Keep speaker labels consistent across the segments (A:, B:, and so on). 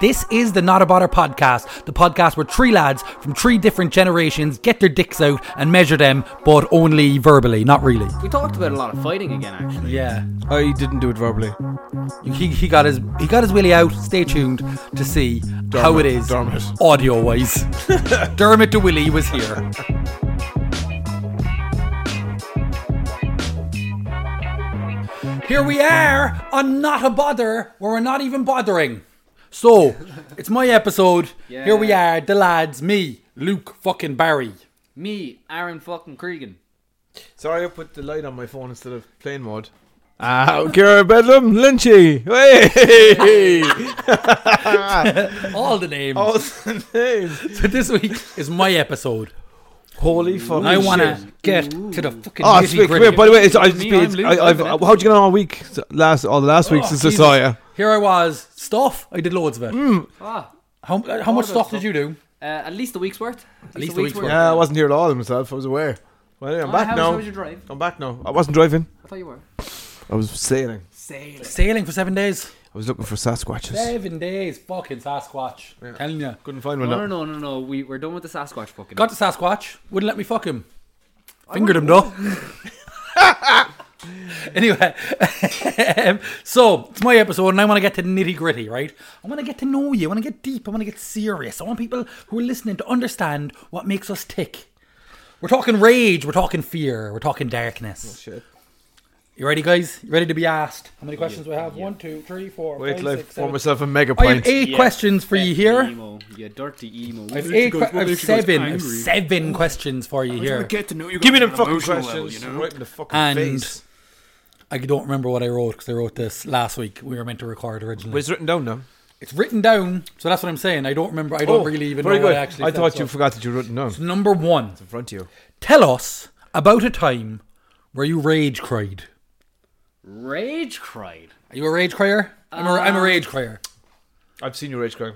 A: This is the Not a Bother podcast, the podcast where three lads from three different generations get their dicks out and measure them, but only verbally, not really.
B: We talked about a lot of fighting again, actually.
A: Yeah,
C: I didn't do it verbally.
A: he, he got his he got his willy out. Stay tuned to see how it is
C: Dermot.
A: audio wise. Dermot the Willy was here. Here we are on Not a Bother, where we're not even bothering. So, it's my episode. Here we are, the lads, me, Luke fucking Barry.
B: Me, Aaron fucking Cregan.
C: Sorry, I put the light on my phone instead of plane mode. Ah, Kira Bedlam, Lynchy. Hey!
A: All the names.
C: What's the name?
A: So this week is my episode.
C: Holy fucking
A: I want
C: wanna.
A: to get to the fucking
C: Oh, it's
A: nitty
C: big. Come here,
A: gritty.
C: by the way, it's, I, it's,
B: Me,
C: been-
B: I'm
C: it's,
B: Luke,
C: I, I've, uh,
B: I'm
C: how'd you get on all week? S- Last, all the last week since I saw you.
A: Oh, Here I was, stuff. I did loads of it.
B: Ah,
A: How, uh, how much
B: of
A: stuff
B: stuff.
A: did you do?
B: uh, at least a week's worth. At
A: least a week's worth.
C: Yeah, I wasn't here at all myself. I was away. Well, anyway, I'm
B: Ah,
C: back
B: how was-
C: now.
B: how was your drive?
C: I'm back now. I wasn't driving.
B: I thought you were.
C: I was sailing.
B: Sail.
A: Sailing for seven days.
C: I was looking for Sasquatches.
A: Seven days, fucking Sasquatch. Telling you.
C: Couldn't find one.
B: No, no,
C: No,
B: no, no, no. We, we're done with the Sasquatch fucking.
A: Got the Sasquatch, wouldn't let me fuck him. Fingered him though. anyway, um, so it's my episode and I want to get to nitty gritty, right? I want to get to know you. I want to get deep. I want to get serious. I want people who are listening to understand what makes us tick. We're talking rage. We're talking fear. We're talking darkness.
C: shit.
A: You ready, guys? You ready to be asked? How many questions do I have? One, two, three, four,
C: Wait
A: five,
C: till I
A: six,
C: pour
A: seven.
C: myself a mega
A: I have
C: pint.
A: eight questions for you here.
B: Emo. You dirty emo.
A: I have eight.
D: guys-
A: que- I
D: what
A: have
D: makes you guys
A: seven. I have
D: angry?
A: seven questions for you here.
D: get to know you.
C: Give me
D: guys
C: them
D: on an
C: fucking
D: emotional
C: questions.
D: level, you know?
C: Right in the fucking
A: And-
C: face.
A: I don't remember what I wrote because I wrote this last week. We were meant to record originally.
C: But it's written down now.
A: it's written down, so that's what I'm saying. I don't remember. I don't really even know
C: Oh, very
A: what
C: good.
A: Oh, I actually.
C: I
A: said,
C: thought
A: so-
C: you forgot that you wrote it down. In
A: Number one,
C: front of you.
A: tell us about a time where you rage cried.
B: Rage cried.
A: Are you a rage crier? I'm, a, I'm a rage crier.
C: I've seen you rage crying.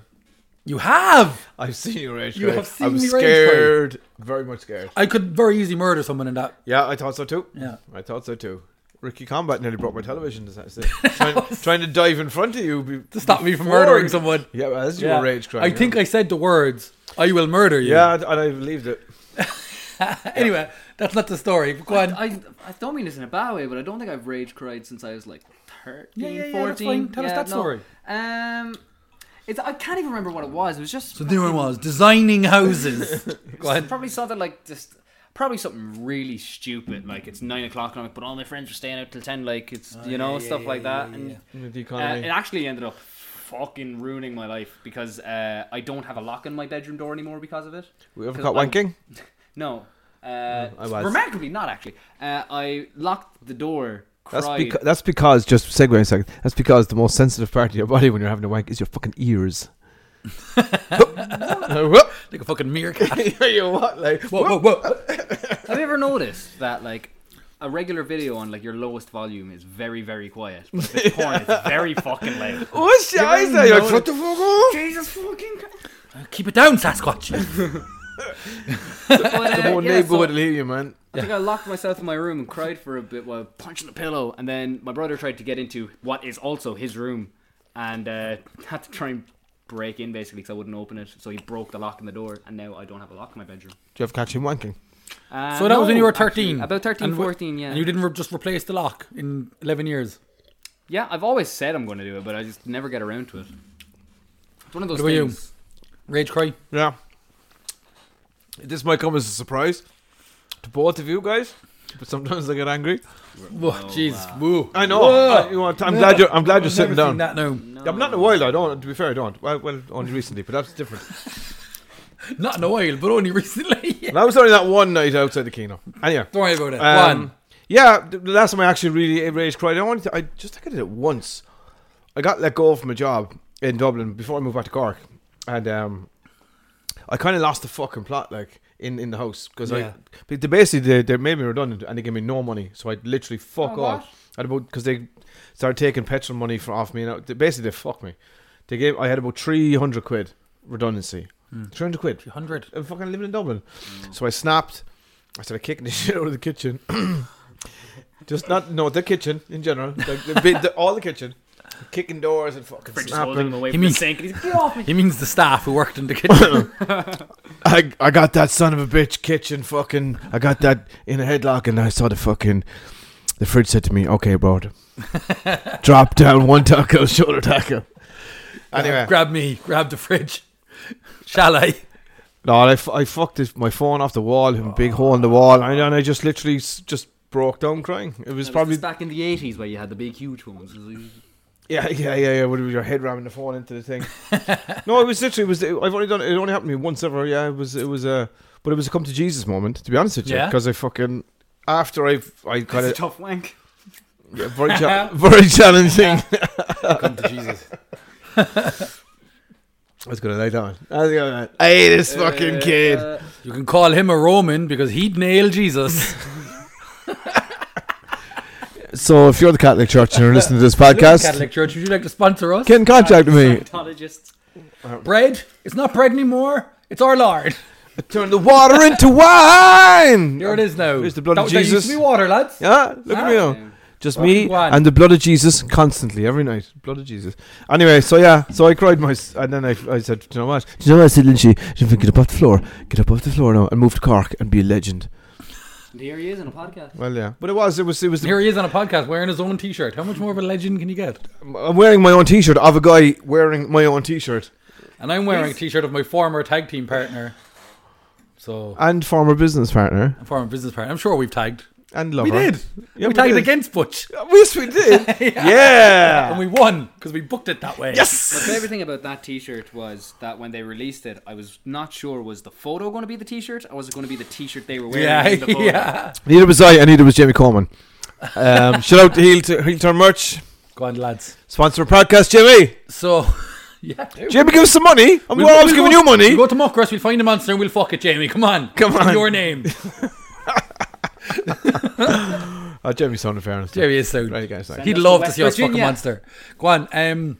A: You have.
C: I've seen you rage
A: You
C: crying.
A: have seen
C: I was
A: me rage
C: scared. very much scared.
A: I could very easily murder someone in that.
C: Yeah, I thought so too.
A: Yeah.
C: I thought so too. Ricky Combat nearly brought my television to that. trying, trying to dive in front of you. Be,
A: To stop me from
C: before-
A: murdering someone.
C: Yeah, well, that's
A: Yeah.
C: your rage crying.
A: I
C: yeah.
A: think I said the words, "I will murder you."
C: Yeah, and I believed it.
A: Anyway, that's not the story. But go on.
B: I, I don't mean this in a bad way, but I don't think I've rage cried since I was like 13,
A: Yeah, yeah, yeah, that's
B: 14.
A: fine. Tell us that story.
B: Um, it's, I can't even remember what it was. It was just.
A: so there I was designing houses. go ahead.
B: Probably something like just probably something really stupid. Like it's nine o'clock and I'm like, but all my friends are staying out till ten. Like it's you know stuff like that. and
C: With
B: uh, it
C: the economy.
B: actually ended up fucking ruining my life because uh, I don't have a lock on my bedroom door anymore because of it.
C: we ever
B: 'Cause
C: caught
B: I'm-
C: wanking?
B: No. Uh,
C: I was.
B: Remarkably, not actually. Uh, I locked the door.
C: That's,
B: cried.
C: beca- that's because, just segue a second, that's because the most sensitive part of your body when you're having a wank is your fucking ears.
A: Like a fucking meerkat.
C: you what? Like,
A: Whoa, whoa, whoa.
B: Have you ever noticed that like a regular video on like your lowest volume is very very quiet, but if it's porn it's very fucking loud.
C: What's your eyes there? You're like, what the fuck? oh?"
B: Jesus fucking. Christ.
A: Keep it down, Sasquatch.
B: But,
C: The
B: uh,
C: whole
B: yeah,
C: neighbour
B: so-
C: would leave you, man.
B: I think I locked myself in my room and cried for a bit while punching the pillow. And then my brother tried to get into what is also his room and uh, had to try and break in basically because I wouldn't open it. So he broke the lock in the door, and now I don't have a lock in my bedroom.
C: Do you ever catch him wanking?
B: Uh,
A: so that was when you
B: no,
A: were
B: actually,
A: 13.
B: about 13,
A: And wh-
B: 14, yeah.
A: And you didn't re- just replace the lock in 11 years.
B: yeah, I've always said I'm going to do it, but I just never get around to it. It's one of those
A: What about you?
B: things.
A: Rage cry.
C: Yeah. This might come as a surprise to both of you guys, but sometimes I get angry.
A: Whoa, jeez. Woo.
C: I know. I, you know, I'm glad you're. I'm glad you're
A: I've
C: sitting
A: never seen
C: down.
A: that now.
C: I'm not in a while. I don't. To be fair, I don't. Well, well only recently, but that's different.
A: Not in a while, but only recently.
C: And that was only that one night outside the kino. Anyway.
A: Don't worry about it.
C: Um,
A: One.
C: Yeah, the the last time I actually really rage cried, I only I just think I did it once. I got let go from a job in Dublin before I moved back to Cork, and um, I kind of lost the fucking plot, like in, in the house because
A: Yeah.
C: I they basically they, they made me redundant and they gave me no money, so I literally fuck
B: Oh,
C: off. I had about because they started taking petrol money from off me, and I, they, basically they fucked me. They gave I had about three hundred quid redundancy,
A: Hmm.
C: three hundred quid.
A: 100.
C: I'm fucking living in Dublin. So I snapped. I started kicking the shit out of the kitchen. Just not no the kitchen in general, like the, bit- the, all the kitchen. kicking doors and fucking
B: Fridge is holding him
C: snapping.
B: away
A: He
B: from the
A: means-
B: sink, and he's like, "Get off me!"
A: He means the staff who worked in the kitchen.
C: I, I got that son of a bitch kitchen fucking. I got that in a headlock and I saw the fucking. The fridge said to me, okay, bro. drop down one taco, shoulder taco. Anyway.
A: grab me, grab the fridge. Shall I?
C: No, I, f- I fucked this, my phone off the wall, a big hole in the wall, and, and I just literally s- just broke down crying. It was
B: That
C: probably.
B: was back in the eighties where you had the big, huge ones. It was like-
C: Yeah, yeah, yeah, yeah. Would it be your head ramming the phone into the thing? no, it was literally. It was I've only done it. Only happened to me once ever. Yeah, it was. It was a. But it was a come to Jesus moment. To be honest with you,
A: Yeah.
C: because I fucking after I I
B: That's
C: kind
B: a
C: of
B: tough wank.
C: yeah, very cha- very challenging.
A: Come to Jesus.
C: I was gonna lay down. I was gonna. Hey, this fucking kid.
B: Uh,
A: You can call him a Roman because he'd nail Jesus.
C: So if you're the Catholic Church and you're listening to this podcast,
A: Catholic Church, would you like to sponsor us?
C: get in contact with me.
B: Scientologist.
A: bread? It's not bread anymore. It's our Lord.
C: Turn the water into wine.
A: Here it is now.
C: Here's the blood
A: that,
C: of
A: that used to
C: Jesus.
A: be water, lads.
C: Yeah, look at me now.
B: Yeah.
C: Just
A: Well,
C: me
A: go on.
C: and the blood of Jesus constantly every night. Blood of Jesus. Anyway, so yeah, so I cried my, s- and then I, I said, "Do you know what? Do you know what?" I said, "Lynchy, you think, get up off the floor, get up off the floor now, and move to Cork and be a legend."
B: And Here he is on a podcast.
C: Well, yeah, but it was, it was, it was.
A: Here he is on a podcast wearing his own T-shirt. How much more of a legend can you get?
C: I'm wearing my own T-shirt of a guy wearing my own T-shirt
A: And I'm wearing a T-shirt of my former tag team partner. So
C: and former business partner
A: former business partner. I'm sure we've tagged.
C: and lover.
A: We did.
C: Yeah,
A: we tagged
C: did. Uh,
A: against Butch,
C: Yes, we did. yeah.
A: and we won because we booked it that way.
C: Yes.
B: My favorite thing about that T-shirt was that when they released it, I was not sure was the photo going to be the T-shirt or was it going to be the T-shirt they were wearing?
A: Yeah,
B: in the photo?
A: yeah.
C: Neither was I, and neither was Jamie Coleman. Um, shout out to Heel, to Heel Turn Merch,
A: Go on, lads.
C: sponsor of podcast, Jimmy.
A: So, yeah.
C: Jamie, give us some money. I'm
A: We'll-
C: always
A: we'll
C: giving
A: go-
C: you money.
A: We'll go to Muckross, we'll find a monster and we'll fuck it, Jamie. Come on.
C: Come
A: In
C: on.
A: Your name.
C: Uh, Jamie sounded fair. and stuff.
A: Jamie is sound.
C: Right, guys. thanks.
A: He'd
B: That's
A: love
B: the
A: to see us
B: West
A: fuck a
B: Virginia.
A: monster. Go on. Um,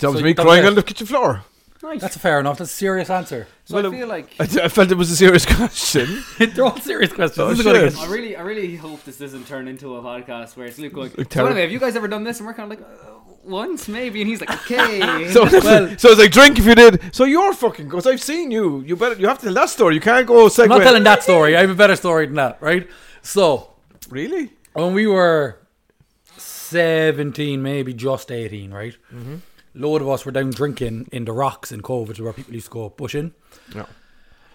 C: That was
A: So
C: me
A: that
C: crying
A: was it.
C: on the kitchen floor.
B: Nice.
A: that's fair enough. That's a serious answer.
B: so
C: well,
B: I feel like
C: I, I felt it was a serious question.
A: They're all serious questions.
C: Oh,
A: This is gonna
C: shit.
A: get-
B: I really, I really hope this doesn't turn into a podcast where it's Luke going. So
C: terrible.
B: anyway, have you guys ever done this? And we're kind of like, uh, once maybe, and he's like, okay.
C: So, so it's like drink if you did. So you're fucking because I've seen you. You better you have to tell that story. You can't go segue.
A: I'm not telling that story. I have a better story than that, right? So,
C: Really?
A: when we were 17, maybe just 18, right?
C: Mm-hmm.
A: Load of us were down drinking in the rocks in Covert where people used to go bushing.
C: No.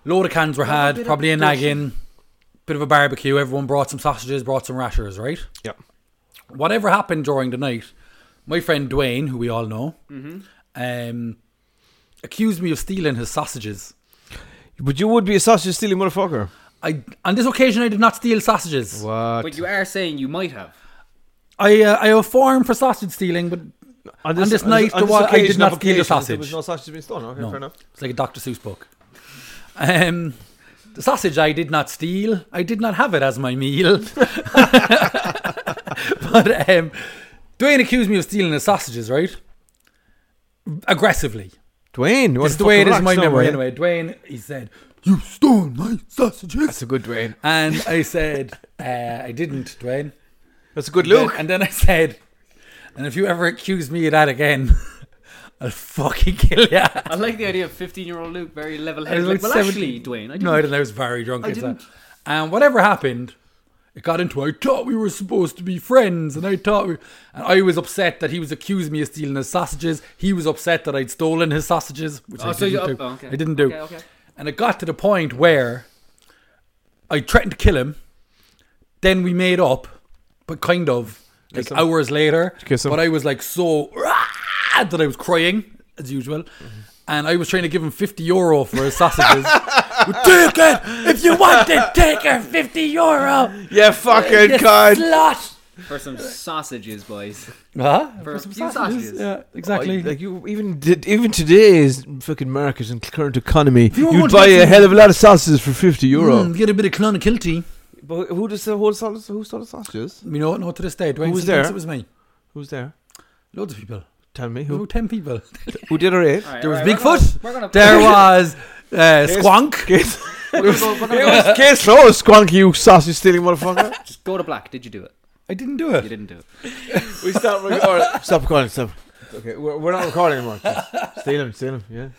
A: Load of cans were had,
B: bit of
A: probably a
B: bushing.
A: nagging, bit of a barbecue. Everyone brought some sausages, brought some rashers, right?
C: Yeah.
A: whatever happened during the night, my friend Dwayne, who we all know,
C: Mm-hmm.
A: um, accused me of stealing his sausages.
C: But you would be a sausage stealing motherfucker.
A: I on this occasion I did not steal sausages.
C: What?
B: but you are saying you might have.
A: I uh, I have a form for sausage stealing, but on this night, the wa- I did
C: occasion
A: not
C: of
A: steal the
C: occasion,
A: sausage.
C: There was no sausage being stolen. Okay,
A: No.
C: fair enough.
A: it's like a Dr. Seuss book. Um, the sausage I did not steal. I did not have it as my meal. but um, Dwayne accused me of stealing his sausages, right? Aggressively.
C: Dwayne, you
A: It's the way it is in my memory. Anyway, Dwayne, he said, "You stole my sausages,"
C: That's a good Dwayne.
A: and I said, uh, "I didn't, Dwayne."
C: That's a good
A: Look,
C: Luke.
A: and then I said, "And if you ever accuse me of that again, I'll fucking kill you."
B: I like the idea of fifteen-year-old Luke, very
A: I
B: level-headed.
A: was
B: Like,
A: like
B: well,
A: 17.
B: actually, Dwayne, I didn't.
A: No, I didn't. I was very drunk.
B: I
A: at the time.
B: didn't.
A: And whatever happened, it got into. I thought we were supposed to be friends, and I thought, we, and I was upset that he was accusing me of stealing his sausages. He was upset that I'd stolen his sausages, which
B: Oh,
A: I
B: so
A: didn't
B: you-
A: do.
B: oh, okay.
A: I didn't do.
B: Okay, okay.
A: And it got to the point where I threatened to kill him. Then we made up, but kind of like
C: Kiss him.
A: hours later.
C: kiss him?
A: But I was like so "Rah!" that I was crying as usual, and I was trying to give him fifty euro for his sausages. take it if you want it. Take her fifty euro.
C: Yeah, fucking
A: you
C: God.
A: slut.
B: For some sausages, boys.
A: Huh?
B: For a few sausages.
A: Yeah,
C: Like,
A: exactly.
C: like you even did, even today's fucking market and current economy,
A: you
C: you'd
A: want
C: buy
A: to-
C: a hell of a lot of sausages for fifty euro.
A: Mm, get a bit of clonakilty.
C: But who does the whole sausage? Who stole the sausages?
A: You know, no, to this day, Dwayne
C: Who was
A: still thinks
C: there?
A: it was me.
C: Who's there?
A: Loads of people.
C: Tell me
A: There
C: who
A: were ten people.
C: who did or ate.
B: Alright,
A: There was
B: alright, we're
A: Bigfoot.
B: gonna- we're gonna-
A: There was uh,
C: Yes.
A: Squonk.
C: Case,
B: We're gonna go- we're gonna
C: case closed, squonky, you sausage stealing motherfucker.
B: go- Just go to black. Did you do it?
A: I didn't do it.
B: You didn't do it.
C: We stop recording. stop recording. Stop. Okay, we're, we're not recording anymore. Just steal him, steal him. Yeah.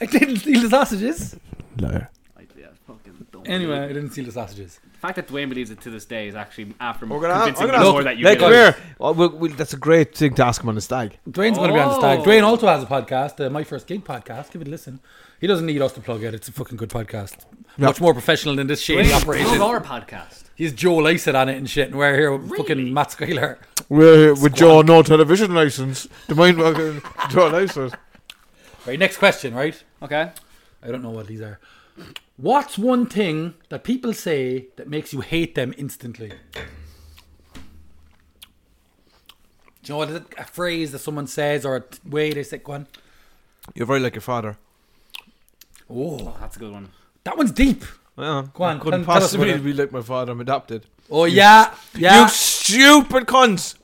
A: I didn't steal the sausages.
C: Liar.
B: I, yeah, fucking don't
A: Anyway, I
B: believe it.
A: didn't steal the sausages.
B: the fact that Dwayne believes it to this day is actually after
C: We're gonna.
B: convincing
C: I'm
B: me
C: gonna
B: more
C: ask,
B: that you did
C: Nick,
B: it.
C: come here. Well, we'll, we'll, that's a great thing to ask him on the stag.
A: Dwayne's going to be on the stag.
B: Oh.
A: Dwayne also has a podcast, uh, My First Gig podcast. Give it a listen. He doesn't need us to plug it. It's a fucking good podcast. Much more professional than this shady
B: Dwayne, love
A: operation.
B: our podcast.
A: He's Joe Lycett on it and shit, and we're here with fucking Matt Skyler.
C: We're here with Joe, no television license. The mind fucking Joe license.
A: Right, next question, right?
B: Okay.
A: I don't know what these are. What's one thing that people say that makes you hate them instantly? Do you know what? Is it a phrase that someone says or a t- way they say one?
C: You're very like your father.
A: Oh,
B: Oh, that's a good one.
A: that one's deep.
C: Yeah.
A: Go on,
C: Couldn't
A: tell- tell us
C: possibly
A: about it.
C: be like my father. I'm adopted.
A: Oh yeah, yeah.
C: You stupid cunts.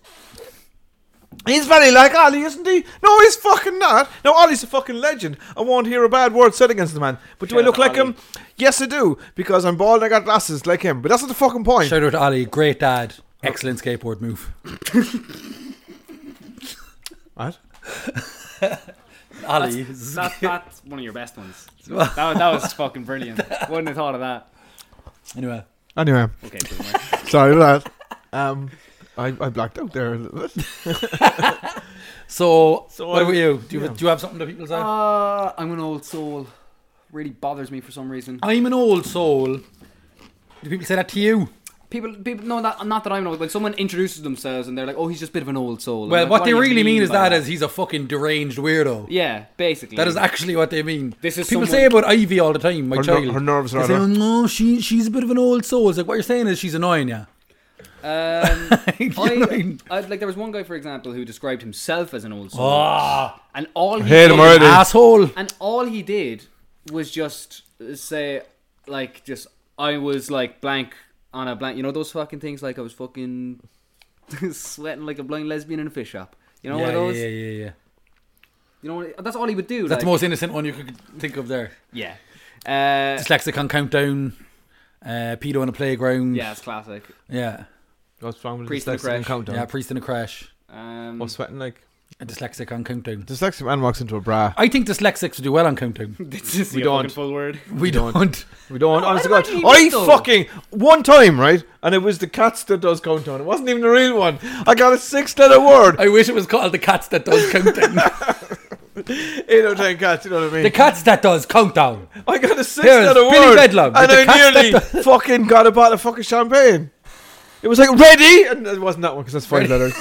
C: He's very like Ali, isn't he? No, he's fucking not. No, Ali's a fucking legend. I won't hear a bad word said against the man. But do I
B: Shout
C: look
B: out
C: like him? Yes, I do. Because I'm bald and I got glasses like him. But that's not the fucking point.
A: Shout out to Ollie, great dad, excellent skateboard move.
C: What?
A: Ollie,
B: That, that's one of your best ones. That, that was fucking brilliant. Wouldn't have thought of that.
A: anyway,
C: Anyway,
B: Okay, boomer.
C: sorry about that. Um, I, I blacked out there a little bit.
A: so,
C: So
A: what
C: I-
A: about you? Do you
C: yeah.
A: do you have something that people say?
B: Uh, I'm an old soul. Really bothers me for some reason.
A: I'm an old soul. Do people say that to you?
B: People, people, no, that, not that I'm an old. Like someone introduces themselves and they're like, "Oh, he's just a bit of an old soul." I'm
A: Well,
B: like,
A: what they
B: do you
A: really mean is
B: by
A: that is he's a fucking deranged weirdo.
B: yeah, basically.
A: That is actually what they mean.
B: This is
A: people
B: someone-
A: say about Ivy all the time. My
C: Her,
A: child,
C: ner- her nerves
A: they
C: are
A: say,
C: out
A: "Oh,
C: of-
A: no, she she's a bit of an old soul. It's like what you're saying is she's annoying you.
B: Um,
A: You know what I
B: I,
A: mean?
B: I, like there was one guy, for example, who described himself as an old soul,
A: Ah,
B: and all he
C: hate him
B: did-
C: already.
A: asshole.
B: And all he did was just say, like, just I was like blank on a blank. You know those fucking things, like I was fucking sweating like a blind lesbian in a fish shop. You know
A: yeah,
B: one of
A: yeah,
B: those.
A: yeah, yeah, yeah.
B: You know, what- that's all he would do.
A: That's
B: like,
A: the most innocent one you could think of there.
B: Yeah. Uh,
A: Dyslexic on countdown, uh, pedo on a playground.
B: yeah, it's classic.
A: yeah,
C: What's wrong with
B: Priest in the
C: dyslexic and
B: crash.
C: countdown?
A: yeah. Priest in a crash.
B: Um,
C: I'm sweating like
A: A dyslexic on countdown.
C: dyslexic man walks into a bra.
A: I think dyslexics would do well on countdown.
B: this is
C: We
B: a fucking
C: don't.
B: full word.
A: We don't.
C: We don't.
B: No,
C: honest to
B: I'd
C: God,
B: imagine he
C: I
B: would, though.
C: fucking one time right, and it was the cats that does countdown. It wasn't even the real one. I got a six-letter word.
A: I wish it was called the cats that does countdown.
C: Eight out of ten cats. You know what I mean?
A: the cats that does countdown.
C: I got a
A: Here's
C: six-letter word.
A: Billy Bedlam with
C: and
A: the
C: I
A: cats
C: nearly
A: that
C: fucking got a bottle of fucking champagne. It was like ready, and it wasn't that one because that's five letters.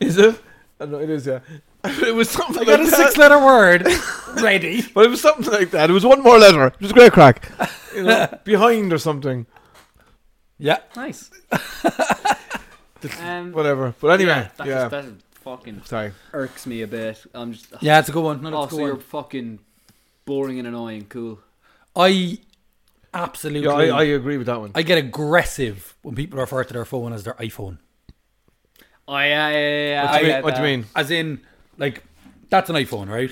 C: Is it? I know it is. Yeah. it was something
A: I got a
C: like
A: six
C: that.
A: letter word ready.
C: But it was something like that. It was one more letter. It was great crack. You know, behind or something.
A: Yeah.
B: Nice. um,
C: Whatever. But anyway,
B: that,
C: yeah.
B: Just, that fucking
C: Sorry.
B: irks me a bit. I'm just.
A: Yeah, it's a good one. No,
B: oh,
A: that's a
B: so
A: good
B: you're
A: one.
B: fucking boring and annoying. Cool.
A: I absolutely
C: Yeah, I, I agree with that one.
A: I get aggressive when people refer to their phone as their iPhone.
B: Oh yeah, yeah, yeah. yeah,
A: Oh,
C: What do
B: I
C: you mean?
B: get
C: What do you
B: that.
C: mean?
A: As in, like, that's an iPhone, right?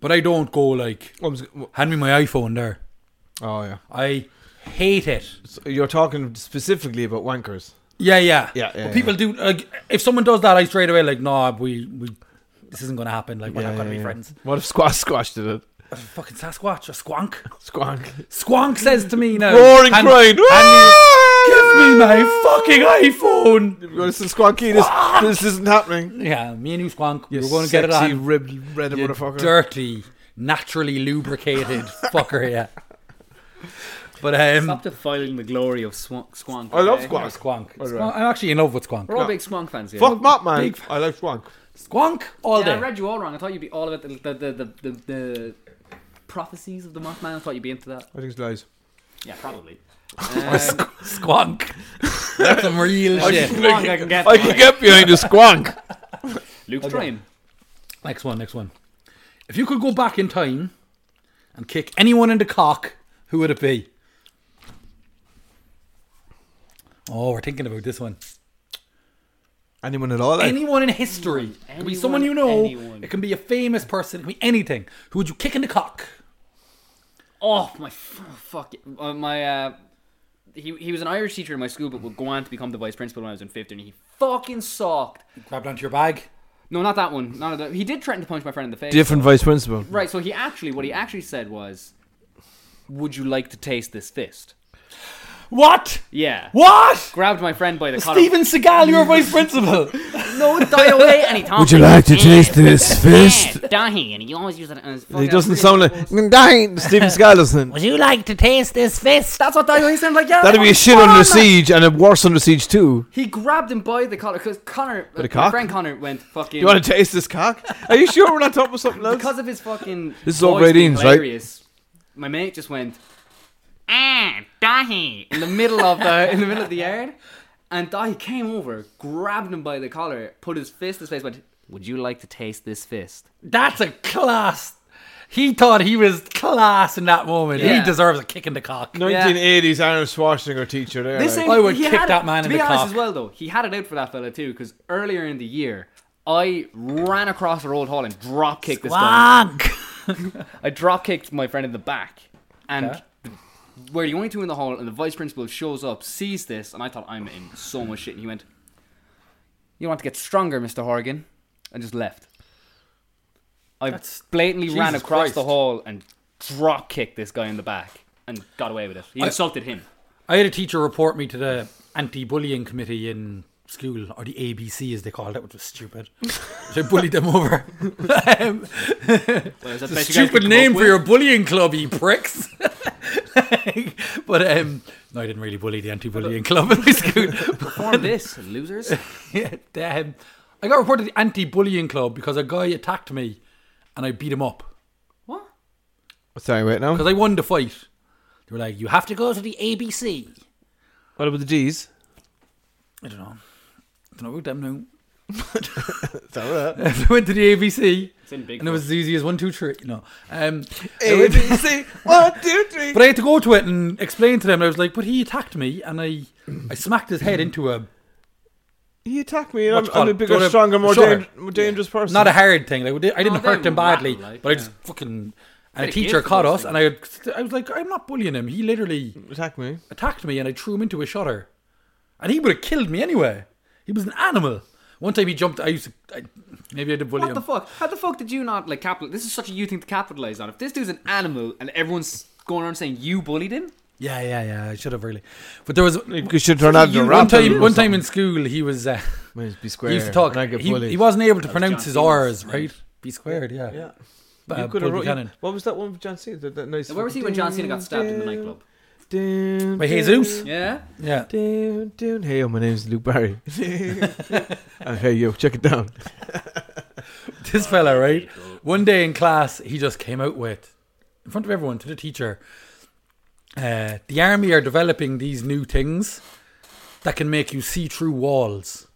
A: But I don't go like
C: Oh, I'm s- w-
A: hand me my iPhone there.
C: oh, yeah.
A: I hate it.
C: So you're talking specifically about wankers.
A: Yeah, yeah.
C: Yeah, yeah,
A: But people do like if someone does that I straight away like, nah, we we this isn't gonna happen, like we're not gonna be friends.
C: What if Squash Squash did it?
A: Fucking Sasquatch or Squonk.
C: Squank.
A: Squonk says to me now
C: Roaring Ah!
A: hand-
C: crying.
A: hand me- Give me
C: Give
A: my fucking iPhone.
C: This is Squanky. This, this isn't happening.
A: Yeah, me and you squonk.
C: You
A: we were going to get it
C: sexy
A: on.
C: ribbed red
A: you
C: motherfucker.
A: dirty, naturally lubricated fucker. Yeah. But um,
B: Stop defiling the glory of swank, Squonk.
C: I love
B: okay?
C: Squank.
A: squonk.
C: By the
A: Squonk.
C: way.
A: I'm actually in love with squonk.
B: We're all
C: No.
B: big Squonk fans here.
C: Fuck Mop Man.
A: Big-
C: I like Squank.
A: Squonk all
B: yeah, I
A: day.
B: read you all wrong. I thought you'd be all about the the the, the, the, the prophecies of the Mothman. I thought you'd be into that. Um,
C: I think it's lies.
B: Yeah, probably.
A: squonk. That's some real shit.
B: Squonk, I can get.
C: I can get behind a Squank.
B: Luke Train.
A: Next one. Next one. If you could go back in time and kick anyone in the cock, who would it be? Oh, we're thinking about this one.
C: Anyone at all? Like?
A: anyone in history. it can be
B: anyone,
A: someone you know.
B: anyone.
A: It can be a famous person. It can be anything. Who would you kick in the cock?
B: Oh my f- fuck! it. Uh, my uh, he, he was an Irish teacher in my school, but would go on to become the vice principal when I was in fifth, and he fucking sucked.
A: Grabbed onto your bag.
B: No, not that one. None of that. He did threaten to punch my friend in the face.
C: Different vice principal.
B: Right. So he actually, what he actually said was, "Would you like to taste this fist?"
A: What?
B: Yeah.
A: What?
B: Grabbed my friend by the collar.
A: Steven Seagal, your vice principal.
B: No, it died away, and he talked.
C: Would you like to taste this fist?
B: Dahi, and he always used it. As
A: Oh,
C: It doesn't sound like Steven Seagal doesn't. it?
A: Would you like to taste this fist?
B: That's what Dahi sounded like. Yeah.
C: That'd be a shit under siege and a worse under siege too.
B: He grabbed him by the collar because Connor, uh,
C: a
B: my
C: cock?
B: friend Connor, went fucking.
C: You want to taste this cock? Are you sure we're not talking about something else?
B: because of his fucking.
C: This is
B: voice
C: over 18s,
B: being
C: right?
B: hilarious, My mate just went, ah, Dahi, in the middle of the in the middle of the yard, and Dahi came over, grabbed him by the collar, put his fist in his face, went, "Would you like to taste this fist?"
A: That's a class. He thought he was class in that moment.
B: Yeah.
A: He deserves a kick in the cock.
C: 1980s Arnold Schwarzenegger teacher there.
B: This
C: like.
B: ain't-
A: I would
B: he
A: kick
B: had it-
A: that man
B: To
A: in
B: be
A: the
B: honest,
A: cock.
B: as well though, he had it out for that fella too, because earlier in the year. I ran across our old hall and drop kicked this guy.
A: Wank.
B: I drop kicked my friend in the back, and the- we're the only two in the hall, and the vice principal shows up, sees this, and I thought I'm in so much shit. And he went, "You want to get stronger, Mister Horgan," and just left. I
A: That's-
B: blatantly ran
A: Jesus
B: across the
A: Christ.
B: hall and drop kicked this guy in the back, and got away with it. He insulted him.
A: I had a teacher report me to the anti-bullying committee in school, or the ABC as they called it, which was stupid. So I bullied them over. Um,
B: Well, is that the
A: it's
B: best
A: a
B: you guys could
A: stupid
B: come
A: name
B: up
A: for
B: with?
A: your bullying club, you pricks. but um, no, I didn't really bully the anti-bullying club in my school.
B: Form this, losers.
A: Yeah, um, I got reported to the anti-bullying club because a guy attacked me, and I beat him up
B: what?
C: Sorry, wait now.
A: because I won the fight. They were like, "You have to go to the ABC."
C: What about the G's?
A: I don't know. I don't know about them now.
C: Sorry.
A: I went to the ABC.
B: It's in big.
A: And it was as easy as one, two, three. No. Um, I
C: A,
A: went-
C: B, C, one, two, three.
A: but I had to go to it and explain to them. I was like, but he attacked me and I, I smacked his head into a,
C: He attacked me, and
A: What
C: I'm,
A: you call
C: I'm a
A: it?
C: bigger,
A: Don't have-
C: stronger, more,
A: Sure.
C: dang- more dangerous person.
A: not a hard thing. Like, we did- I didn't
B: Oh, they
A: hurt him
B: were rattle,
A: badly,
B: like,
A: but I just fucking. And
B: Bit
A: a
B: of
A: teacher
B: gift
A: caught
B: for
A: us
B: those
A: and I, had- I was like, I'm not bullying him. He literally
C: attack me.
A: attacked me and I threw him into a shutter. And he would have killed me anyway. He was an animal. One time he jumped. I used to. I, maybe I did bully
B: What
A: him.
B: the fuck? How the fuck did you not like capital? This is such a you thing to capitalize on. If this dude's an animal and everyone's going around saying you bullied him,
A: yeah, yeah, yeah. I should have really. But there was.
C: You should turn out
A: you-
C: the
A: one time, one time in school, he was. Uh,
C: be square.
A: He used to talk.
C: and I get
A: He,
C: bullied.
A: he wasn't able to pronounce
B: John
A: his
B: Stevens,
A: R's, right? B squared, yeah.
C: Yeah.
A: But,
C: You
A: uh,
C: could
A: Paul
C: have wrote-
A: Buchanan.
C: What was that one with John Cena? That, that nice.
B: Now, where was he when John Cena got stabbed in the nightclub?
A: By
C: By
A: Jesus?
B: Yeah.
A: Yeah.
C: Down, down. Hey, yo, my name's Luke Barry. and hey, yo, check it down.
A: This fella, right? One day in class, he just came out with, in front of everyone, to the teacher, uh, the army are developing these new things that can make you see through walls.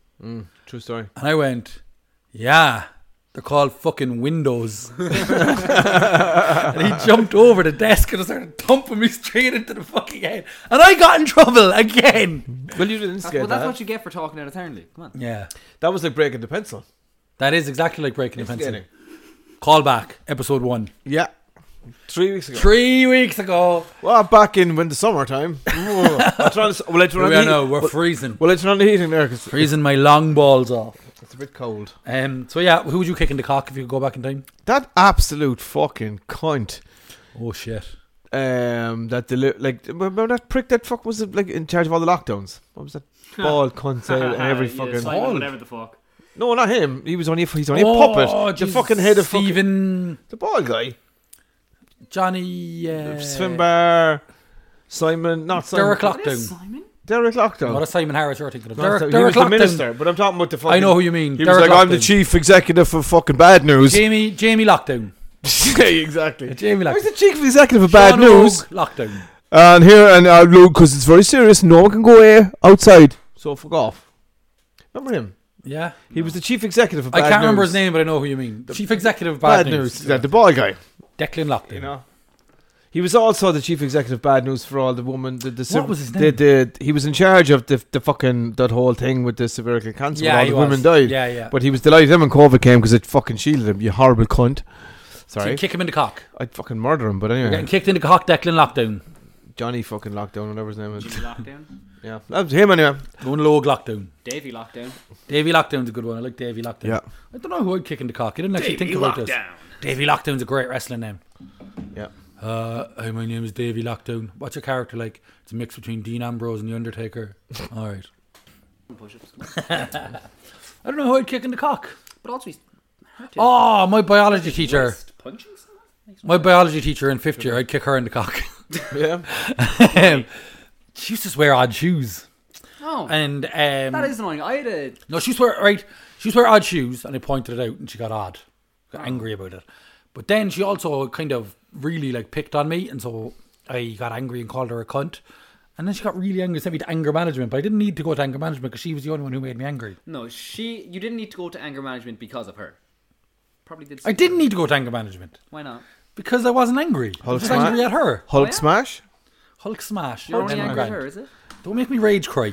C: True story.
A: And I went, yeah, they're called fucking windows. and he jumped over the desk and started thumping me straight into the fucking head. And I got in trouble again.
C: Well, you didn't
B: That's,
C: scare
B: well, that's
C: that.
B: what you get for talking out of turn, Luke. Come on.
A: Yeah.
C: that was like breaking the pencil.
A: That is exactly like breaking the
C: Explaining.
A: pencil. Call back, episode one.
C: Yeah. Three weeks ago.
A: Three weeks ago.
C: Well, back in when the summertime. I turn on, well, I turn
A: Here
C: on
A: we
C: the
A: are
C: heat-
A: now. We're
C: well,
A: freezing.
C: well, I turn on the heating there because
A: Freezing my long balls off.
C: it's a bit cold.
A: Um, so, yeah, who would you kick in the cock if you could go back in time?
C: That absolute fucking cunt.
A: Oh, shit.
C: Um, that deli- like remember that prick that fuck was like in charge of all the lockdowns. What was that bald cunt said in every fucking hall?
B: whatever the fuck.
C: No, not him. He was only a, he's only a puppet. The
A: Jesus.
C: fucking head of fucking,
A: Oh, Stephen,
C: the bald guy.
A: Johnny, uh,
C: Swinbar, Simon, not Simon.
A: Derek
B: What is
A: Lockdown.
B: Simon?
C: Derek Lockdown.
A: What is Simon Harris you're thinking of?
C: No,
A: Derek,
C: so- he
A: Derek
C: was
A: Lockdown.
C: the minister, but I'm talking about the fucking.
A: I know who you mean.
C: He was
A: Derek
C: like, I'm the
A: Lockdown.
C: chief executive of fucking bad news.
A: Jamie, Jamie Lockdown.
C: yeah, exactly.
A: Jamie
C: I was
A: Lockdown.
C: the chief executive of bad
A: Sean
C: news,
A: O'Rourke Lockdown.
C: and here and uh, look, because it's very serious. No one can go here outside. So fuck off. Remember him?
A: Yeah.
C: He was the chief executive of
A: I
C: bad news.
A: can't remember his name, but I know who you mean. Chief Executive of Bad, News.
C: Yeah, the boy guy.
A: Declan Lockdown.
C: You know. He was also the chief executive of bad news for all the women. The, the,
A: was his
C: The, the, he was in charge of the, the fucking that whole thing with the cervical cancer. where all
A: he
C: the
A: was.
C: women died.
A: Yeah, yeah.
C: But he was delighted then when COVID came because it fucking shielded him. You horrible cunt.
A: So you
C: Sorry,
A: kick him in the cock.
C: I'd fucking murder him. But
A: You're
C: anyway,
A: getting kicked in the cock, Declan Lockdown.
C: Johnny fucking lockdown, whatever his name is.
B: Jimmy Lockdown,
C: Yeah, that was him anyway.
A: Going log lockdown.
B: Davy Lockdown,
A: Davy Lockdown's a good one. I like Davy Lockdown.
C: Yeah.
A: I don't know who I'd kick in the cock. I didn't actually
B: Davy
A: think about this.
B: Lockdown.
A: Davy Lockdown's a great wrestling name.
C: Yeah,
A: Uh, hi, my name is Davy Lockdown. What's your character like? It's a mix between Dean Ambrose and The Undertaker. All right.
B: Push-ups.
A: I don't know who I'd kick in the cock.
B: But also he's hard to
A: Oh, my biology teacher.
B: resist punching someone. Makes
A: My biology teacher in fifth year, I'd kick her in the cock.
B: Oh,
C: yeah.
A: she used to wear odd shoes.
B: sense. Oh,
A: And, um,
B: that is annoying. I had a
A: no, she used to wear, right, she used to wear odd shoes, and I pointed it out, and she got odd. Got angry about it. But then she also kind of really, like, picked on me, and so I got angry and called her a cunt. And then she got really angry and sent me to anger management, but I didn't need to go to anger management because she was the only one who made me angry.
B: no. She you didn't need to go to anger management because of her. Probably did.
A: I
B: something.
A: didn't need to go to anger management
B: Why not?
A: because I wasn't angry. I
C: Hulk
A: was
C: smash.
A: angry at her.
C: Hulk
B: Oh, yeah?
C: smash.
A: Hulk smash.
B: You're
A: and
B: only
A: then
B: angry at
A: grind.
B: her, is it?
A: Don't make me rage cry.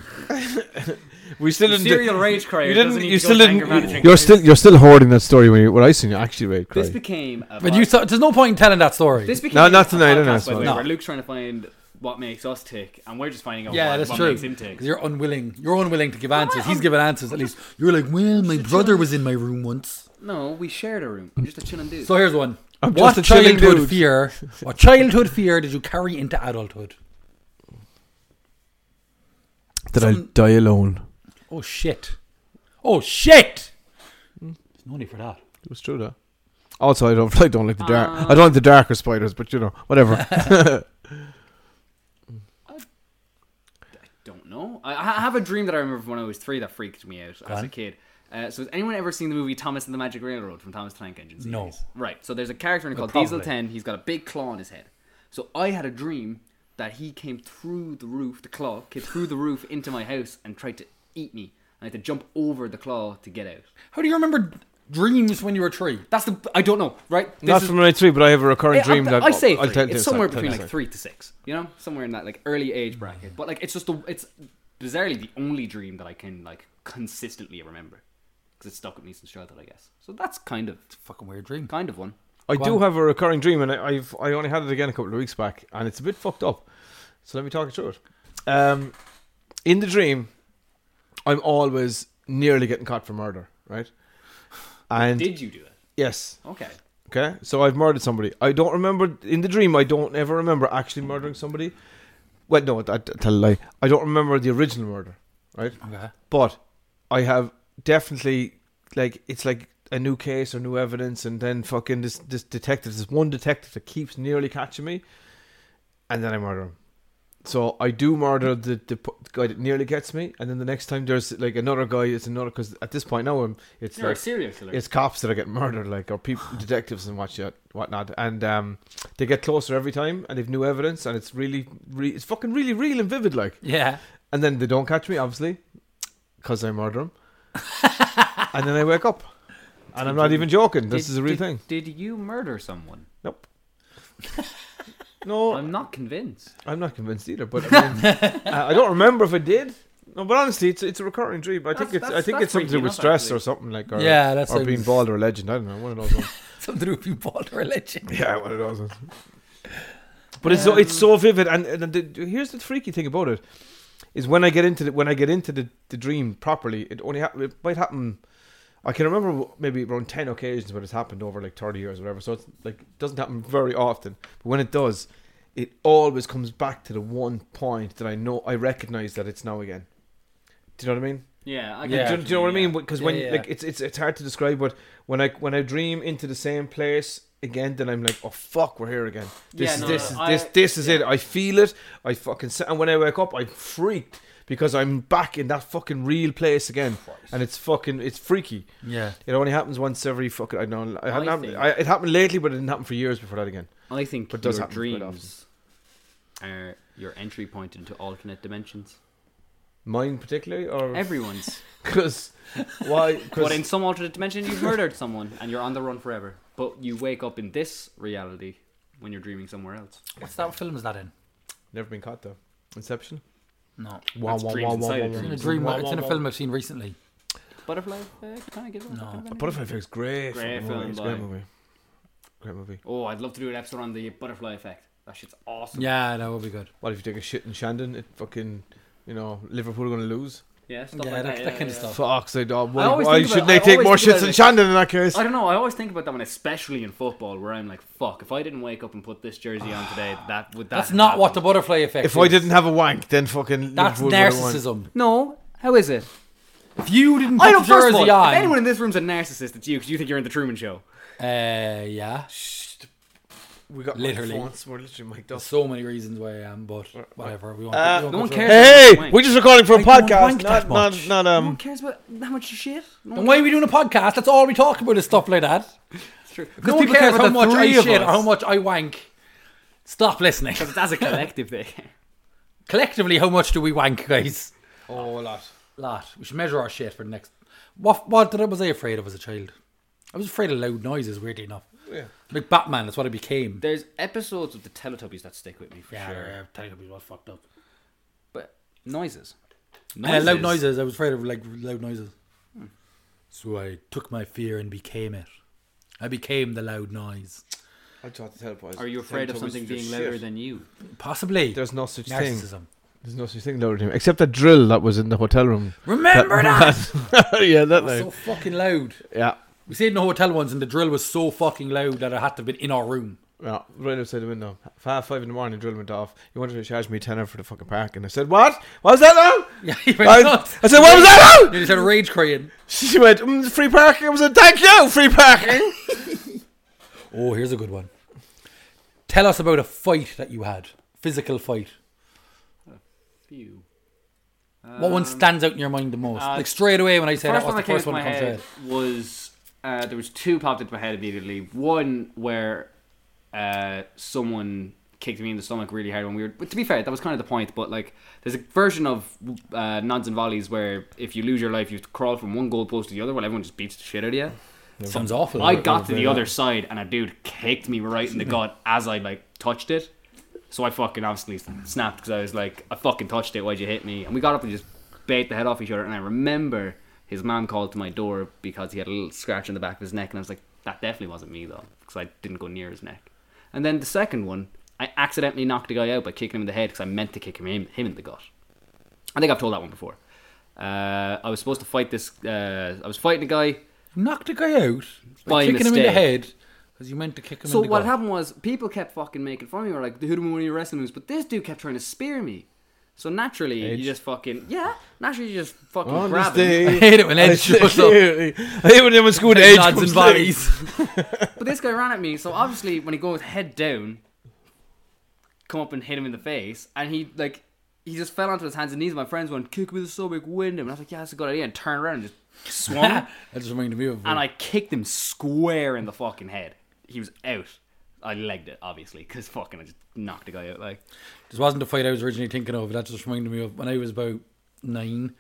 C: We still didn't. do-
B: Serial rage crier.
C: you
B: doesn't
C: didn't.
B: need
C: You
B: to go
C: still
B: to
C: didn't.
B: anger
C: you-
B: management.
C: You're still. You're still hoarding that story when you were I seen you actually rage cry.
B: This became a.
A: But you,
B: vi-
A: saw, there's no point in telling that story.
B: This became
C: No, not tonight,
B: A
C: no, no,
B: podcast,
C: it's
B: by the way,
A: fine.
B: where
A: No.
B: Luke's trying to find what makes us tick, and we're just finding out
A: yeah,
B: what,
A: that's
B: what
A: true.
B: makes him tick.
A: 'Cause you're unwilling. You're unwilling to give answers.
B: I'm-
A: He's giving answers at least. You're like, well, my brother was in my room once.
B: No, we shared a room. I'm just a chilling dude.
A: So here's one.
C: I'm
A: what
C: just a chilling
A: childhood
C: dude.
A: fear? What childhood fear did you carry into adulthood?
C: That I'll die alone.
A: Oh shit! Oh shit! There's no need for that.
C: It was true though. Also, I don't. I don't like the dark. I don't like the darker spiders, but you know, whatever.
B: don't know. I, I have a dream that I remember from when I was three that freaked me out as a
A: on.
B: kid. Uh, so has anyone ever seen the movie Thomas and the Magic Railroad from Thomas the Tank Engine? Series?
A: No.
B: Right. So there's a character in it called
A: probably.
B: Diesel Ten. He's got a big claw on his head. So I had a dream that he came through the roof, the claw came through the roof into my house and tried to eat me. I had to jump over the claw to get out.
A: How do you remember dreams when you were three?
B: That's the I don't know. Right. This
C: Not
B: is-
C: from night three, but I have a recurring
B: Yeah,
C: dream
B: I,
C: that
B: I say
C: I'll
B: three.
C: tell- tell-
B: it's somewhere
C: tell-
B: between
C: tell-
B: like three to six. You know, somewhere in that like early age bracket. But like, it's just the it's bizarrely the only dream that I can like consistently remember because it stuck with me since childhood, I guess. So that's kind of
A: Fucking weird dream.
B: kind of one.
C: I
A: Go
C: do
A: on.
C: have a recurring dream, and I, I've I only had it again a couple of weeks back, and it's a bit fucked up. So let me talk you through it. Um, in the dream, I'm always nearly getting caught for murder, right? And
B: Did you do it?
C: yes,
B: Okay.
C: Okay, so I've murdered somebody. I don't remember in the dream. I don't ever remember actually murdering somebody. Well, no, I, I tell a lie. I don't remember the original murder, right?
A: Okay.
C: But I have definitely like it's like a new case or new evidence, and then fucking this this detective, this one detective that keeps nearly catching me, and then I murder him. So I do murder the, the p- guy that nearly gets me, and then the next time there's like another guy. It's another because at this point now I'm it's
B: You're
C: like
B: a serial killer.
C: it's cops that are getting murdered, like or people, detectives and what shit, whatnot, and um, they get closer every time, and they've new evidence, and it's really, re- it's fucking really real and vivid, like.
A: Yeah.
C: And then they don't catch me, obviously, because I murder them, and then I wake up, and I'm not even joking. This
B: Did-
C: is a real
B: did-
C: thing.
B: Did you murder someone?
C: Nope. No,
B: I'm not convinced.
C: I'm not convinced either, but I, mean, uh, I don't remember if I did. No, but honestly, it's it's a recurring dream. I think
B: That's-
C: it's I
B: that's-
C: think
B: that's
C: it's something to
B: freaky
C: do with
B: enough,
C: stress
B: actually.
C: or something like, or,
A: Yeah, that
C: or being
A: sounds-
C: bald or a legend. I don't know, one of those. Ones.
A: Something to do with you bought a religion.
C: Yeah, one of those ones. But it's so it's so vivid, and, and the, here's the freaky thing about it is when I get into the, when I get into the, the dream properly, it only hap it might happen. I can remember maybe around ten occasions when it's happened over like thirty years or whatever. So it's like it doesn't happen very often, but when it does, it always comes back to the one point that I know I recognize that it's now again. Do you know what I mean?
B: Yeah. I
A: Yeah.
C: Do, you- do you know what I mean? Because when
A: Yeah, yeah.
C: like it's it's it's hard to describe, but when I when I dream into the same place again, then I'm like, oh fuck, we're here again. This
B: Yeah,
C: is
B: no,
C: this
B: no,
C: is this
B: I-
C: this is it. I feel it. I fucking se- and when I wake up, I'm freaked because I'm back in that fucking real place again, and it's fucking it's freaky.
A: Yeah.
C: It only happens once every fucking I don't know. It, hadn't
B: I
C: happened,
B: think-
C: I, it happened lately, but it didn't happen for years before that again.
B: I think
C: But it does
B: your
C: happen quite often.
B: dreams are your entry point into alternate dimensions.
C: Mine particularly, or
B: Everyone's.
C: because
B: But
C: why?
B: in
C: Because
B: some alternate dimension, you've murdered someone and you're on the run forever. But you wake up in this reality when you're dreaming somewhere else.
A: What's that film is that in?
C: never been caught though. Inception.
A: No.
C: Wah,
B: That's dreams inside a
A: It's in a
B: It's
A: dream.
C: wah,
A: It's
C: wah,
A: in a
C: wah.
A: film I've seen recently.
B: Butterfly effect? Can I give it
A: No.
B: a
C: Butterfly Effect's great.
B: Great
C: fucking
B: film,
C: movie. It's a great
B: like-
C: movie. Great movie.
B: Oh, I'd love to do an episode on the butterfly effect. That shit's awesome.
A: Yeah, that would be good.
C: What if you take a shit in Shandon? It fucking, you know, Liverpool are going to lose.
B: Yeah, stuff
A: Yeah,
B: like
A: that-
B: that,
A: that
B: yeah,
A: kind of
B: yeah.
A: stuff.
C: Fuck's sake, dog. Why,
B: always
C: why
B: think about-
C: shouldn't
B: I
C: they take
B: always
C: more
B: think
C: shits
B: about
C: in
B: it.
C: Shandon in that case?
B: I don't know. I always think about that when, especially in football, where I'm like, "Fuck! If I didn't wake up and put this jersey on today, that would that
A: That's not what the butterfly effect
C: If I
A: is.
C: didn't have a wank, then fucking
A: That's
C: Liverpool would've won.
A: narcissism.
B: No, how is it?
A: If you didn't put
B: I don't.
A: the
B: First
A: jersey
B: of all,
A: on.
B: if anyone in this room's a narcissist, it's you because you think you're in the Truman Show.
A: Uh, yeah.
C: We got
A: Literally.
C: microphones, We're literally mic'd up.
A: So many reasons why I am, but whatever. We won't, we won't
B: Uh, no
A: go
B: one
A: through
B: cares.
A: it.
C: Hey,
B: Wank.
C: we're just recording for a
A: I don't
C: podcast,
A: wank that
C: not not
A: much.
C: not
B: No one
C: um.
B: cares about how much shit. No
A: Then
B: one
A: why are we doing a podcast? That's all we talk about is stuff like that.
B: cares.
A: No one cares how much I shit or how much I wank. Stop listening.
B: Because that's a collective thing.
A: Collectively, how much do we wank, guys?
C: Oh, a lot.
A: lot. We should measure our shit for the next. What what did I, was I afraid of as a child? I was afraid of loud noises. Weirdly enough,
C: Yeah.
A: like Batman. That's what I became.
B: There's episodes of the Teletubbies that stick with me for
A: Yeah,
B: sure.
A: uh, Teletubbies was fucked up.
B: But noises.
A: Uh, loud noises. I was afraid of like loud noises. So I took my fear and became it. I became the loud noise.
C: I tried to teleport.
B: Are you afraid of something being louder than you?
A: Possibly
C: There's no such thing.
A: narcissism.
C: There's no such thing louder than him, except that drill that was in the hotel room.
A: Remember that.
C: yeah, that
A: That's so
C: thing.
A: fucking loud.
C: Yeah,
A: We stayed in a hotel once, and the drill was so fucking loud that I had to have been in our room.
C: yeah, right outside the window. Five, five in the morning, drill went off. He wanted to charge me tenner for the fucking park, and I said, "What? What was that now?"
A: Yeah, he went
C: I,
A: nuts.
C: I said, "What was that now?"
A: And he started rage crying.
C: She went, mm, "Free parking." I was like, "Thank you, free parking."
A: Oh, here's a good one. Tell us about a fight that you had, physical fight.
B: Phew.
A: What one stands out in your mind the most?
B: uh,
A: like straight away when I say that, what's
B: first one
A: the
B: that came
A: first
B: to
A: one
B: my
A: that comes to
B: head
A: head?
B: was uh, there was two popped into my head immediately. One where uh, someone kicked me in the stomach really hard when we were. But to be fair, that was kind of the point. But like, there's a version of uh, nods and volleys where if you lose your life, you have to crawl from one goalpost to the other while everyone just beats the shit out of you.
A: Sounds awful.
B: I got to the other side and a dude kicked me right in the gut as I like touched it. So I fucking obviously snapped because I was like, I fucking touched it. Why'd you hit me? And we got up and just bait the head off each other. And I remember his mom called to my door because he had a little scratch on the back of his neck. And I was like, that definitely wasn't me though, because I didn't go near his neck. And then the second one, I accidentally knocked a guy out by kicking him in the head because I meant to kick him in, him in the gut. I think I've told that one before. Uh, I was supposed to fight this. Uh, I was fighting a guy.
A: knocked a guy out by
B: By
A: kicking him in the
B: mistake.
A: head because you meant to kick him.
B: So
A: in the
B: what
A: gut.
B: happened was people kept fucking making fun of me. Were like, "Who do we want your wrestling moves?" But this dude kept trying to spear me. So naturally,
C: Edge.
B: you just fucking yeah. Naturally, you just fucking
C: On this
B: grab him.
A: I
C: day-
A: hate it when Ed shows up.
C: I hate when everyone's going to Edge.
A: Nods and
C: comes late.
A: volleys.
B: But this guy ran at me. So obviously, when he goes head down, come up and hit him in the face, and he like he just fell onto his hands and knees. My friends went, "Kick me the stomach, wind him." And I was like, "Yeah, that's a good idea." And turned around and just swung.
A: that just reminded me of.
B: and I kicked him square in the fucking head. He was out. I legged it obviously because fucking I just knocked the guy out like.
A: This wasn't the fight I was originally thinking of. That just reminded me of when I was about nine.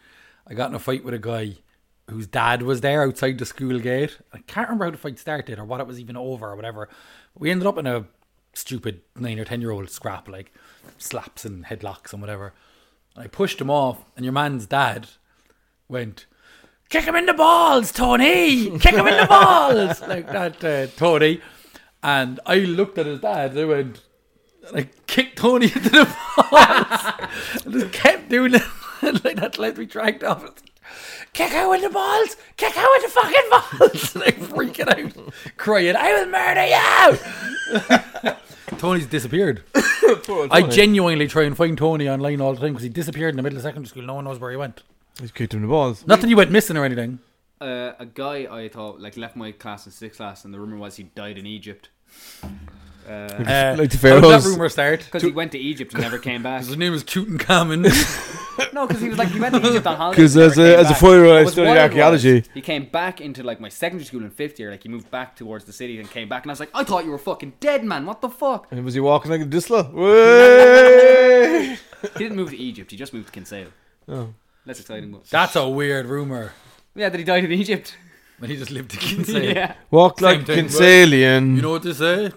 A: I got in a fight with a guy whose dad was there outside the school gate. I can't remember how the fight started or what it was even over or whatever. We ended up in a stupid nine or ten year old scrap, like slaps and headlocks and whatever. I pushed him off, and your man's dad went, kick him in the balls, Tony. Kick him in the balls, like that, uh, Tony. And I looked at his dad. and I went, and I kicked Tony into the balls. and just kept doing it. like that left me dragged off. Kick out in the balls. Kick out in the fucking balls. like freaking out, crying. I will murder you. Tony's disappeared.
C: Poor old
A: I
C: Tony.
A: genuinely try and find Tony online all the time because he disappeared in the middle of secondary school. No one knows where he went.
C: He's kicked him in the balls.
A: Not that he went missing or anything.
B: uh, a guy I thought like left my class in sixth class, and the rumor was he died in Egypt because
A: Uh,
C: Like the
A: how did
C: Pharaohs.
A: that rumor start?
B: he went to Egypt and never came back.
A: His name is Tutankhamun.
B: no, because he was like he went to Egypt on holiday.
C: Because
B: and
C: as
B: never
C: a,
B: came
C: as a
B: back.
C: four year old, I
B: What was
C: studied
B: wild
C: archaeology.
B: was He came back into like my secondary school in fifth year. Like he moved back towards the city and came back, and I was like, I thought you were fucking dead, man. What the fuck?
C: And was he walking like a Disla? Way!
B: He didn't move to Egypt. He just moved to Kinsale.
C: Oh.
B: Less exciting. But...
A: That's a weird rumor.
B: Yeah, that he died in Egypt.
A: When he just lived in Kinsale.
B: yeah.
C: Walk
A: Same
C: like
A: thing,
C: Kinsalean.
A: You know what they say?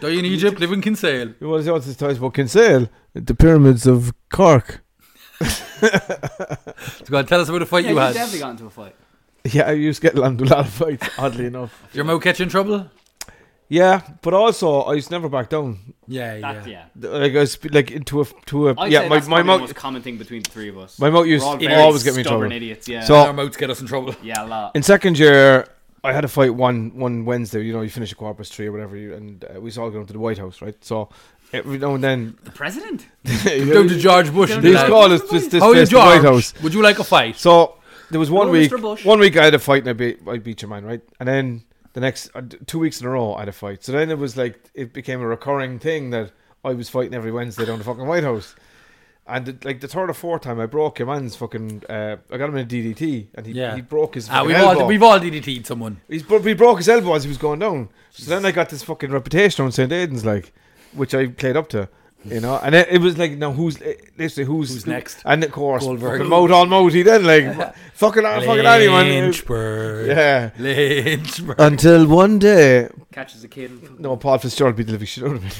A: Die in Egypt, live in Kinsale.
C: What is what's his ties about Kinsale? The pyramids of Cork.
A: So go on, tell us about a fight
B: Yeah,
A: you
B: he
A: had.
B: definitely got into a fight.
C: Yeah, I used to get land a lot of fights, oddly enough.
A: Your mouth catching trouble?
C: Yeah, but also I used to never back down.
A: Yeah, yeah.
B: That's, yeah.
C: Like I was like into a to a
B: I'd
C: yeah.
B: say
C: My
B: that's
C: my
B: probably the
C: mouth
B: most common thing between the three of us.
C: my mouth
B: We're
C: used
B: all
C: to
B: very
C: always get me in
B: stubborn
C: trouble.
B: idiots. Yeah.
C: So-
A: Our mouths get us in trouble.
B: yeah, a lot.
C: In second year, I had a fight one one Wednesday. You know, you finish a quarter past three or whatever, you, and uh, we was all going to the White House, right? So every now and then,
B: the president.
A: Down to George Bush. and
C: these
A: that.
C: call us this, this
A: How are you,
C: place the White House.
A: George? Would you like a fight?
C: So there was one
B: Hello,
C: week.
B: Mr. Bush.
C: One week I had a fight and I beat I beat your man, right? And then the next uh, d- two weeks in a row I had a fight. So then it was like it became a recurring thing that I was fighting every Wednesday down the fucking White House. And the, like the third or fourth time, I broke your man's fucking. Uh, I got him in a DDT, and he,
A: Yeah.
C: he broke his.
A: Ah,
C: fucking
A: we've
C: elbow.
A: all we've all DDT'd someone.
C: He's bro- he broke his elbow as he was going down. So then I got this fucking reputation on St. Aidan's, like, which I played up to, you know. And it, it was like, now who's eh, literally who's,
A: Who's next?
C: And of course,
A: Goldberg.
C: fucking mouth on mouthy then, like, fucking uh,
A: Ah,
C: fucking anyone.
A: Lynchburg.
C: Yeah.
A: Lynchburg.
C: Until one day,
B: Catches a kid. and-
C: no, Paul Fitzgerald beat the living shit out of me.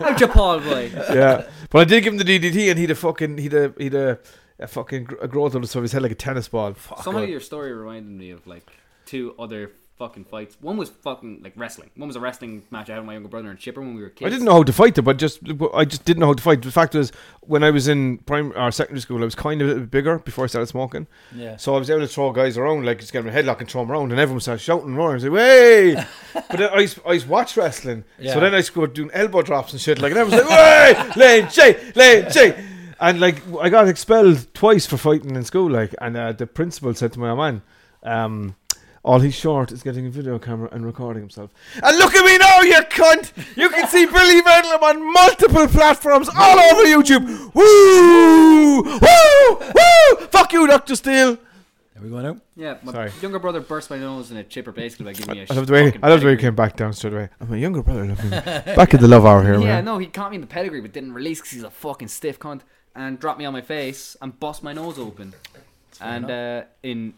B: Out your Paul boy.
C: yeah, but I did give him the DDT, and he'd a fucking he'd a he'd a, a fucking gr- a growth on the side of his head like a tennis ball. Fuck.
B: Somehow your story reminded me of like two other fucking fights. One was fucking like wrestling. One was a wrestling match I had with my younger brother and Chipper when we were kids.
C: I didn't know how to fight them, but just I just didn't know how to fight. The fact was, when I was in primary or secondary school, I was kind of a bit bigger before I started smoking.
A: Yeah.
C: So I was able to throw guys around, like just get them a headlock and throw them around, and everyone started shouting and roaring. I was like, "Way!" but then I used, I used to watch wrestling,
A: Yeah.
C: so then I started doing elbow drops and shit like, and I was like, "Way, lane J, lane J," and like I got expelled twice for fighting in school, like, and uh, the principal said to my man. Um, all he's short is getting a video camera and recording himself. And look at me now, you cunt! You can see Billy Bedlam on multiple platforms all over YouTube. Woo! Woo! Woo! Fuck you, Doctor Steele.
A: There we go now.
B: Yeah, my
C: Sorry.
B: younger brother burst my nose and a Chipper basically by giving me a
C: I love the way
B: fucking
C: I love the way he
B: pedigree.
C: came back down straight away. I'm a younger brother. Looking back at the love hour here,
B: Yeah,
C: man.
B: no, he caught me in the pedigree but didn't release because he's a fucking stiff cunt and dropped me on my face and bust my nose open. And uh, in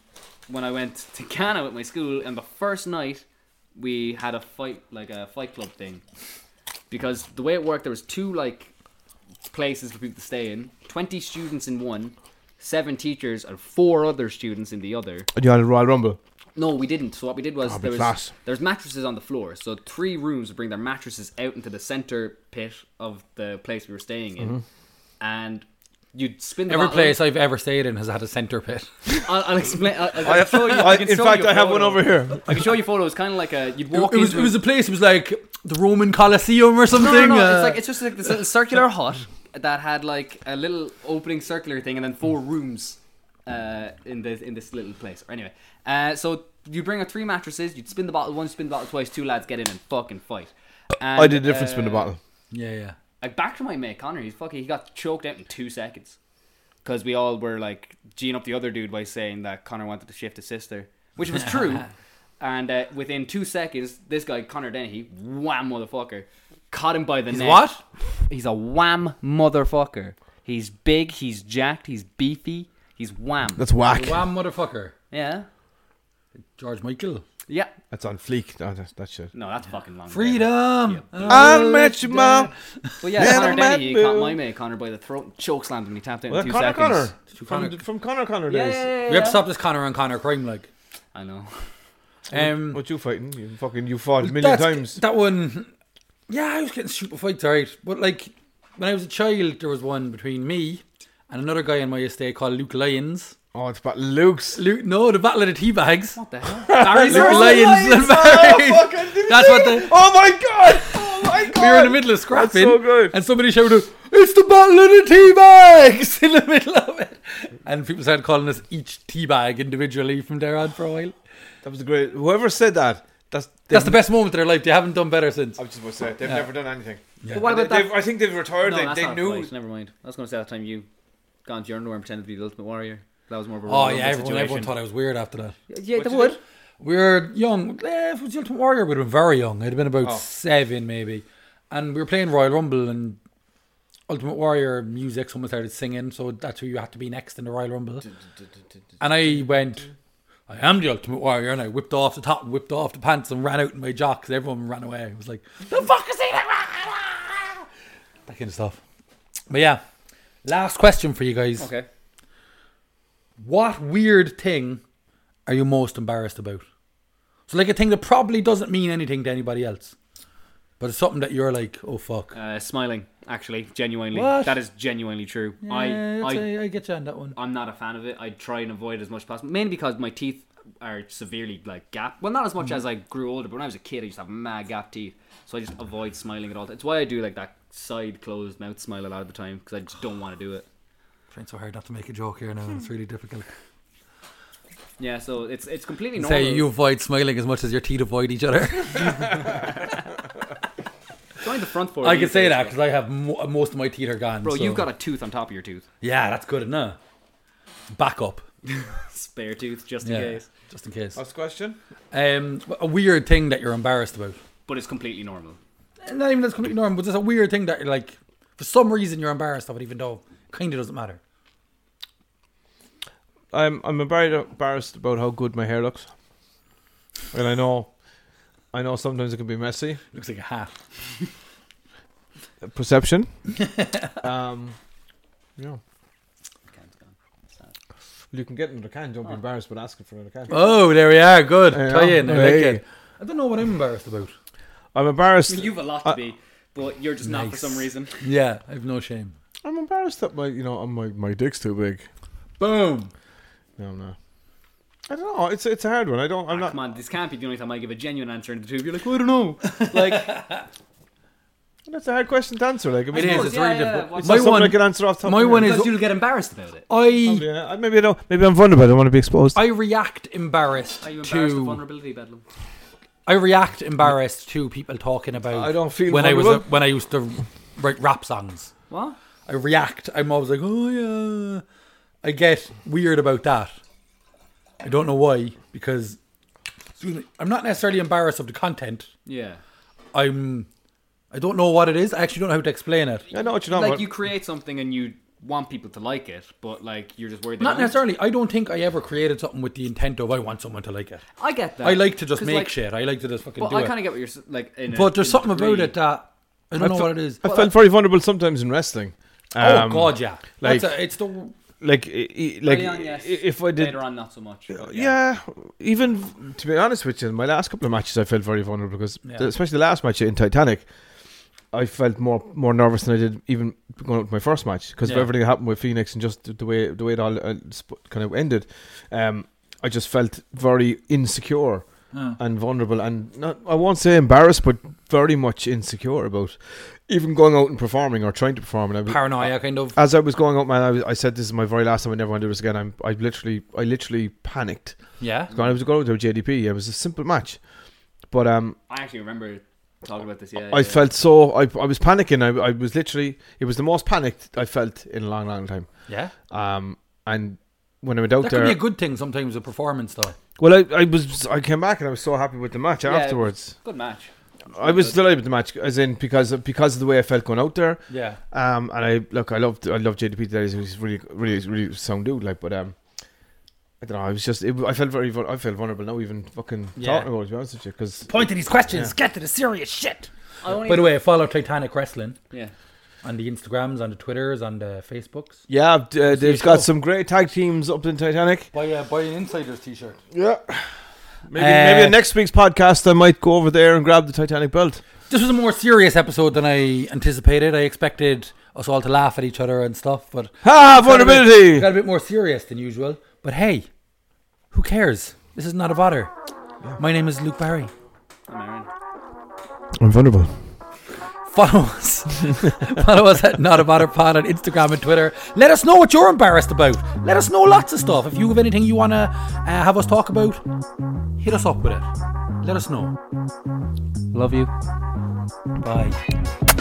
B: when I went to Ghana with my school, and the first night we had a fight like a fight club thing because the way it worked, there was two like places for people to stay in, twenty students in one, seven teachers and four other students in the other.
C: And you had a Royal Rumble.
B: No, we didn't. So what we did was
A: Oh,
C: That'd be
B: there was
C: class.
B: there's mattresses on the floor. So three rooms would bring their mattresses out into the center pit of the place we were staying in, and you'd spin them
A: Every
B: out-
A: place I've ever stayed in has had a centre pit.
B: I'll, I'll explain. I'll, I'll
C: I,
B: show you. I
C: I,
B: can
C: in
B: show
C: fact,
B: you a
C: I have one
B: photo.
C: over here.
B: I can show you photos. Kind of like a you'd walk
A: It was,
B: into
A: it was a place. It was like the Roman Colosseum or something.
B: no, no, no.
A: uh,
B: it's like it's just like this little circular hut that had like a little opening circular thing, and then four rooms uh, in this in this little place. Or anyway, uh, so you bring out three mattresses, you'd spin the bottle once, spin the bottle twice. Two lads get in and fucking fight. And,
C: I did a different
B: uh,
C: spin the bottle.
A: yeah, yeah.
B: Like back to my mate Connor, he's fucking he got choked out in two seconds because we all were like geeing up the other dude by saying that Connor wanted to shift his sister, which was true. and uh, within two seconds, this guy Connor Dennehy, wham motherfucker, caught him by the neck.
A: What?
B: He's a wham motherfucker. He's big. He's jacked. He's beefy. He's wham.
C: That's whack.
A: Wham motherfucker.
B: yeah.
A: George Michael.
B: Yeah.
C: That's on fleek. No, that's, that shit.
B: No, that's fucking long.
A: Freedom.
B: Oh,
C: I met your mom.
B: But yeah,
C: Little
B: Connor Dennehy
C: man
B: caught
C: boo.
B: my mate Connor by the throat and choke slammed him. and He tapped out
C: Well,
B: in two
C: Connor,
B: seconds.
C: Connor.
A: Connor-
C: From, from Connor, Connor
B: Yeah,
C: days.
B: yeah, yeah,
A: We have
B: yeah.
A: to stop this Connor and Connor crime like.
B: I know.
A: Um,
C: What you fighting? You fucking you fought a million
A: that's-
C: times.
A: That one, yeah, I was getting super fights, alright. But like when I was a child, there was one between me and another guy on my estate called Luke Lyons.
C: Oh, it's about Luke's.
A: Luke, no, the Battle of the Teabags.
B: What the hell?
A: Barry Luke
C: Barry
A: Lyons and
C: Lyons.
A: Barry.
C: Oh, fucking did you
A: That's
C: see
A: what
C: it?
A: the.
C: Oh my god! Oh my god!
A: We were in the middle of scrapping,
C: so good.
A: and somebody shouted, "It's the Battle of the Teabags!" in the middle of it, and people started calling us each teabag individually from there on for a while.
C: That was great. Whoever said that, that's
A: That's the best moment of their life. They haven't done better since.
C: I was just about to say they've never done anything.
B: But what about that?
C: They- they've- I think they've retired.
B: No,
C: they
B: that's
C: they
B: not a
C: knew.
B: fight, Never mind. I was going to say that time you gone to your underwear and pretended to be the Ultimate Warrior. That was more of a
A: Oh
B: Royal
A: yeah,
B: Rumble
A: everyone, everyone
B: situation.
A: thought I was weird after that.
B: Yeah,
C: What'd
B: they
C: you
B: would.
C: do?
A: We were young. Eh, if it was the Ultimate Warrior, we'd have been very young. I'd have been about
C: Oh.
A: seven, maybe. And we were playing Royal Rumble and Ultimate Warrior music. Someone started singing, so that's who you had to be next in the Royal Rumble. And I went, I am the Ultimate Warrior, and I whipped off the top and whipped off the pants and ran out in my jocks. Everyone ran away. It was like, the fuck is he? That kind of stuff. But yeah, last question for you guys.
B: Okay.
A: What weird thing are you most embarrassed about? So, like a thing that probably doesn't mean anything to anybody else. But it's something that you're like, oh fuck.
B: Uh, smiling, actually, genuinely.
A: What?
B: That is genuinely true.
A: Yeah,
B: I,
A: I'd
B: I,
A: say I get you on that one.
B: I'm not a fan of it. I try and avoid it as much as possible, mainly because my teeth are severely like gap. Well, not as
A: Mm-hmm.
B: much as I grew older, but when I was a kid, I used to have mad gap teeth, so I just avoid smiling at all. It's why I do like that side closed mouth smile a lot of the time because I just don't want to do it.
A: Trying so hard not to make a joke here now. It's really difficult.
B: Yeah, so it's it's completely normal.
A: Say you avoid smiling as much as your teeth avoid each other.
B: join the front four.
A: I
B: these
A: can say
B: days,
A: that because I have mo- uh, most of my teeth are gone.
B: bro.
A: so-
B: You've got a tooth on top of your tooth,
A: yeah, that's good enough. Back up,
B: spare tooth just in
A: yeah,
B: case.
A: just in case.
C: Last question.
A: Um, a weird thing that you're embarrassed about.
B: But it's completely normal.
A: Not even that's completely normal, but just a weird thing that you're like, for some reason you're embarrassed of it, even though kind of doesn't matter.
C: I'm I'm embarrassed embarrassed about how good my hair looks, and I know, I know sometimes it can be messy.
A: Looks like a hat.
C: Perception. um, yeah. Well, you can get another can. Don't be embarrassed, but ask it for another can.
A: Oh, there we are. Good.
C: Yeah.
A: Tie in. I like
C: Hey.
A: it. I don't know what I'm embarrassed about.
C: I'm embarrassed.
B: You've a lot to be, but you're just not for
A: Nice.
B: some reason.
A: Yeah, I have no shame.
C: I'm embarrassed that my you know I'm- my my dick's too big.
A: Boom.
C: No, no. I don't know. It's it's a hard one. I don't. I'm
B: Ah,
C: not.
B: Come on, this can't be the only time I give a genuine answer in the two of you. are like, well, I don't know. Like,
C: That's a hard question to answer. Like I mean,
A: It
C: it's
A: is.
B: course,
A: It's
B: yeah,
A: really
B: yeah,
A: difficult.
B: what's
C: not
A: My
C: something
A: one.
C: I can answer off the top.
A: my
C: of
A: one is
C: head.
A: E.
B: because you'll get embarrassed about it.
A: I.
C: Yeah, I- maybe I don't. Maybe I'm vulnerable. I don't want to be exposed.
A: I react embarrassed,
B: Are you embarrassed of
A: to.
B: vulnerability, Bedlam?
A: I react embarrassed to people talking about.
C: I don't feel
A: when I was a,
C: vulnerable.
A: when I used to write rap songs.
B: What?
A: I react. I'm always like, oh yeah. I get weird about that. I don't know why because excuse me, I'm not necessarily embarrassed of the content.
B: Yeah.
A: I'm. I don't know what it is. I actually don't know how to explain it.
C: I know what you don't
B: like,
C: want.
B: you create something and you want people to like it, but, like, you're just worried they
A: Not
B: won't.
A: necessarily. I don't think I ever created something with the intent of I want someone to like it.
B: I get that.
A: I like to just
B: 'Cause,
A: make
B: like,
A: shit. I like to just fucking
B: But
A: do
B: I
A: it.
B: kind of get what you're s- like. In a-
A: but there's
B: in a
A: something about
B: degree.
A: it that I don't know
C: fe-
A: what it is.
C: I felt very vulnerable sometimes in wrestling.
A: oh
C: Um,
A: god, yeah.
C: like-
A: That's a, it's the
C: Like, i- i- like
B: Early on, yes.
C: i- if I did,
B: Later on, not so much. but
C: yeah. Even to be honest with you, in my last couple of matches, I felt very vulnerable because,
A: Yeah.
C: the- especially the last match in Titanic, I felt more more nervous than I did even going up with my first match because
A: Yeah.
C: of everything that happened with Phoenix and just the- the way the way it all uh, sp- kind of ended. Um, I just felt very insecure and vulnerable and not I won't say embarrassed, but very much insecure about even going out and performing or trying to perform. And I was,
A: paranoia kind of.
C: as I was going out, man, I, was, I said this is my very last time. I never want to do this again. I'm, I literally, I literally panicked.
A: Yeah.
C: I was going out there with JDP. It was a simple match, but um,
B: I actually remember talking about this. Yeah.
C: I
B: yeah.
C: felt so. I, I was panicking. I, I was literally. It was the most panicked I felt in a long, long time.
A: Yeah.
C: Um, and when I went out
A: That could
C: there,
A: be a good thing sometimes, a performance though.
C: well, I, I was. I came back and I was so happy with the match
B: Yeah, it was-
C: afterwards.
B: Good match.
C: I was delighted with the match, as in because because of the way I felt going out there.
A: Yeah.
C: Um, and I look, I loved, I love JDP today. He's really, really, really sound dude. Like, but um, I don't know. I was just, it, I felt very, vul- I felt vulnerable now, even fucking
A: Yeah.
C: talking about it. To be honest with you, because
A: Point to these questions. Get to the serious shit.
B: I only,
A: By the way, follow Titanic Wrestling
B: yeah.
A: on the Instagrams, on the Twitters, on the Facebooks.
C: yeah, uh, they've
A: show.
C: got some great tag teams up in Titanic.
A: Buy uh, buy an Insiders T-shirt.
C: Yeah. Maybe,
A: Uh,
C: maybe in next week's podcast, I might go over there and grab the Titanic belt.
A: This was a more serious episode than I anticipated. I expected us all to laugh at each other and stuff, but
C: Ah,
A: got a bit-
C: vulnerability.
A: got a bit more serious than usual. But hey, who cares? This is not a bother. My name is Luke Barry.
B: I'm Aaron.
C: I'm vulnerable.
A: Follow us. Follow us at Not About It Pod on Instagram and Twitter. Let us know what you're embarrassed about. Let us know lots of stuff. If you have anything you want to uh, have us talk about, hit us up with it. Let us know. Love you. Bye.